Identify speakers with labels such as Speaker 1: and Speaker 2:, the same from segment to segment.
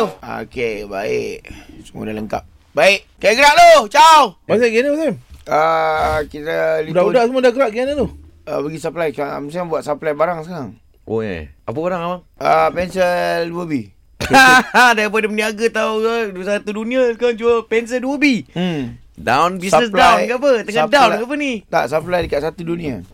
Speaker 1: Okey, baik. Semua dah lengkap. Baik. Okay, gerak lu. Ciao.
Speaker 2: Pasal gimana Sam?
Speaker 1: Ah, kita
Speaker 2: Budak-budak semua dah gerak gimana tu?
Speaker 1: uh, pergi supply. Sekarang Amsyam buat supply barang sekarang.
Speaker 3: Oh eh. Apa orang abang?
Speaker 1: Ah, uh, pensel 2B.
Speaker 3: Daripada berniaga tau ke satu dunia sekarang jual pensel 2B.
Speaker 1: Hmm.
Speaker 3: Down business down ke apa? Tengah
Speaker 1: supply-
Speaker 3: down ke apa ni?
Speaker 1: Tak, supply dekat satu dunia.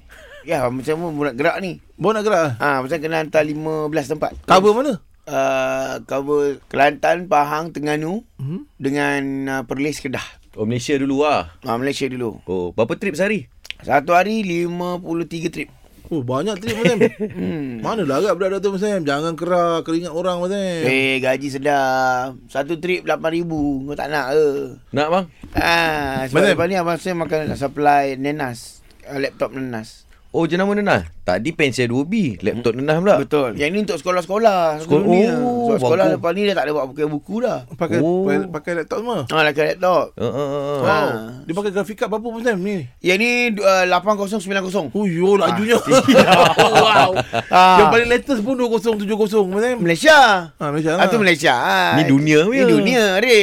Speaker 1: Ya, macam mana mu nak gerak ni?
Speaker 2: Bawa nak gerak ah.
Speaker 1: Ah, macam kena hantar 15 tempat.
Speaker 2: Cover mana?
Speaker 1: Uh, cover Kelantan, Pahang, Terengganu
Speaker 2: Hmm.
Speaker 1: dengan uh, Perlis Kedah.
Speaker 3: Oh Malaysia dulu ah.
Speaker 1: Uh, Malaysia dulu.
Speaker 3: Oh, berapa trip sehari?
Speaker 1: Satu hari 53 trip.
Speaker 2: Oh banyak trip Sam.
Speaker 1: Hmm.
Speaker 2: Mana lah agak budak-budak tu Sam? Jangan kerah keringat orang Sam.
Speaker 1: Eh, gaji sedap. Satu trip RM8,000. Kau tak nak ke?
Speaker 3: Nak bang?
Speaker 1: Ah, sebab
Speaker 2: Betul.
Speaker 1: lepas ni Abang Sam akan nak supply nenas. Uh, laptop nenas.
Speaker 3: Oh jenama Nenah Tadi pensel 2B Laptop Nenah pula Ya.
Speaker 1: Betul. Yang ni untuk sekolah-sekolah.
Speaker 3: Sekol-
Speaker 1: sebelum ni
Speaker 3: Oh,
Speaker 1: lah. Sebab sekolah
Speaker 3: bagus.
Speaker 1: lepas ni dah tak ada buat pakai buku dah.
Speaker 2: Pakai
Speaker 3: Oh.
Speaker 2: pakai- pakai laptop semua.
Speaker 1: Ha, lah pakai laptop.
Speaker 3: uh, uh, uh.
Speaker 1: Ah.
Speaker 2: Wow. Dia pakai grafik card berapa pun Sam ni?
Speaker 1: Yang ni uh, 8090.
Speaker 2: Oh yo lajunya. wow.
Speaker 1: Ah.
Speaker 2: Yang paling latest pun 2070 Sam.
Speaker 1: Malaysia.
Speaker 2: Ha
Speaker 1: Ah,
Speaker 2: Malaysia lah.
Speaker 1: tu Malaysia. ah.
Speaker 3: Ni dunia
Speaker 1: Ni
Speaker 3: punya.
Speaker 1: dunia, re.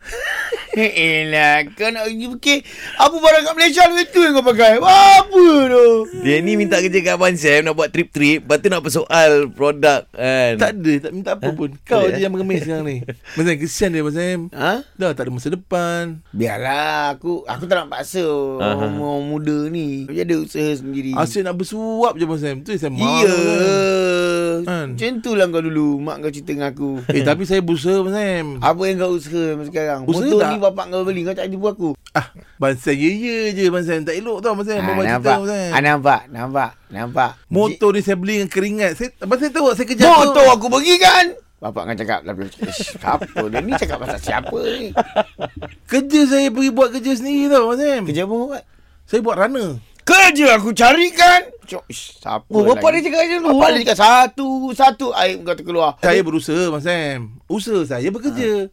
Speaker 1: Elah, kau nak pergi fikir Apa barang kat Malaysia lu itu yang kau pakai Apa tu
Speaker 3: Dia ni minta kerja kat Abang Sam Nak buat trip-trip Lepas tu nak persoal Produk kan
Speaker 2: Tak ada, tak minta apa pun. Kau
Speaker 3: Tak
Speaker 2: je
Speaker 3: ada, eh?
Speaker 2: yang mengemis sekarang ni. Macam kesian dia macam.
Speaker 1: Ha?
Speaker 2: Dah tak ada masa depan.
Speaker 1: Biarlah aku Aku tak nak paksa
Speaker 3: Aha.
Speaker 1: Orang orang muda ni Dia ada usaha sendiri
Speaker 2: Asyik nak bersuap je macam. Tu saya marah.
Speaker 1: Hmm. Iya
Speaker 2: Kan?
Speaker 1: Macam tu lah kau dulu Mak kau cerita dengan aku
Speaker 2: Eh tapi saya berusaha macam.
Speaker 1: Apa yang kau usaha sekarang
Speaker 2: Usaha
Speaker 1: Motor
Speaker 2: tak?
Speaker 1: ni bapak kau beli Kau tak jumpa aku
Speaker 2: Ah, Bansan ya ya je Bansan Tak elok tau Bansan
Speaker 1: Ah,
Speaker 2: Bawa cerita
Speaker 1: nampak, ah,
Speaker 2: Bansan
Speaker 1: nampak Nampak Nampak
Speaker 2: kan? Motor ni saya beli dengan keringat saya, Bansan tahu tak saya kerja apa?
Speaker 1: Motor aku pergi kan Bapak kan cakap lah Ish, Apa dia ni cakap pasal siapa ni
Speaker 2: Kerja saya pergi buat kerja sendiri tau Bansan
Speaker 1: Kerja apa kau buat
Speaker 2: Saya buat runner
Speaker 1: Kerja aku cari kan Cok, ish, Siapa
Speaker 3: Oh, bapak
Speaker 1: lagi?
Speaker 3: dia cakap macam tu.
Speaker 1: Bapak dia cakap satu Satu air kata keluar
Speaker 2: Saya berusaha Bansan Usaha saya bekerja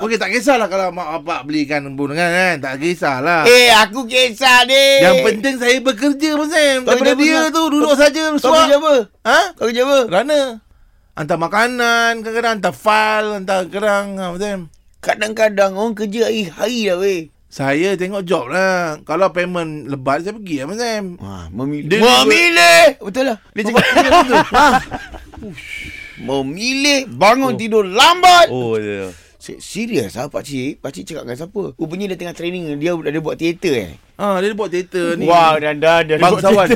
Speaker 1: Ah.
Speaker 2: Okey tak kisahlah kalau mak bapak belikan pun kan, kan? Tak kisahlah
Speaker 1: Eh aku kisah ni
Speaker 2: Yang penting saya bekerja Bansan
Speaker 1: Kau kerja
Speaker 2: Daripada
Speaker 1: apa
Speaker 2: dia
Speaker 1: sekarang?
Speaker 2: tu duduk saja
Speaker 1: Kau kerja
Speaker 2: suap
Speaker 1: apa
Speaker 2: Ha?
Speaker 1: Kau kerja apa
Speaker 2: Runner Hantar makanan Kadang-kadang hantar file Hantar kerang ha, Bansan
Speaker 1: Kadang-kadang orang kerja hari-hari lah weh
Speaker 2: Saya tengok job lah. Kalau payment lebat saya pergi lah Abang Sam.
Speaker 1: Ha, memilih.
Speaker 2: Dia-
Speaker 1: memilih. Betul lah. Dia cakap
Speaker 2: tu.
Speaker 1: ha. Memilih bangun oh. tidur lambat. Oh.
Speaker 3: Oh dia
Speaker 1: Serius ah pak cik? Pak cik cakap dengan siapa? Rupanya dia tengah training dia dia buat teater eh.
Speaker 2: Ha, dia buat Ah, teater ni.
Speaker 1: Wow, dan dan dia
Speaker 2: Bangsawan.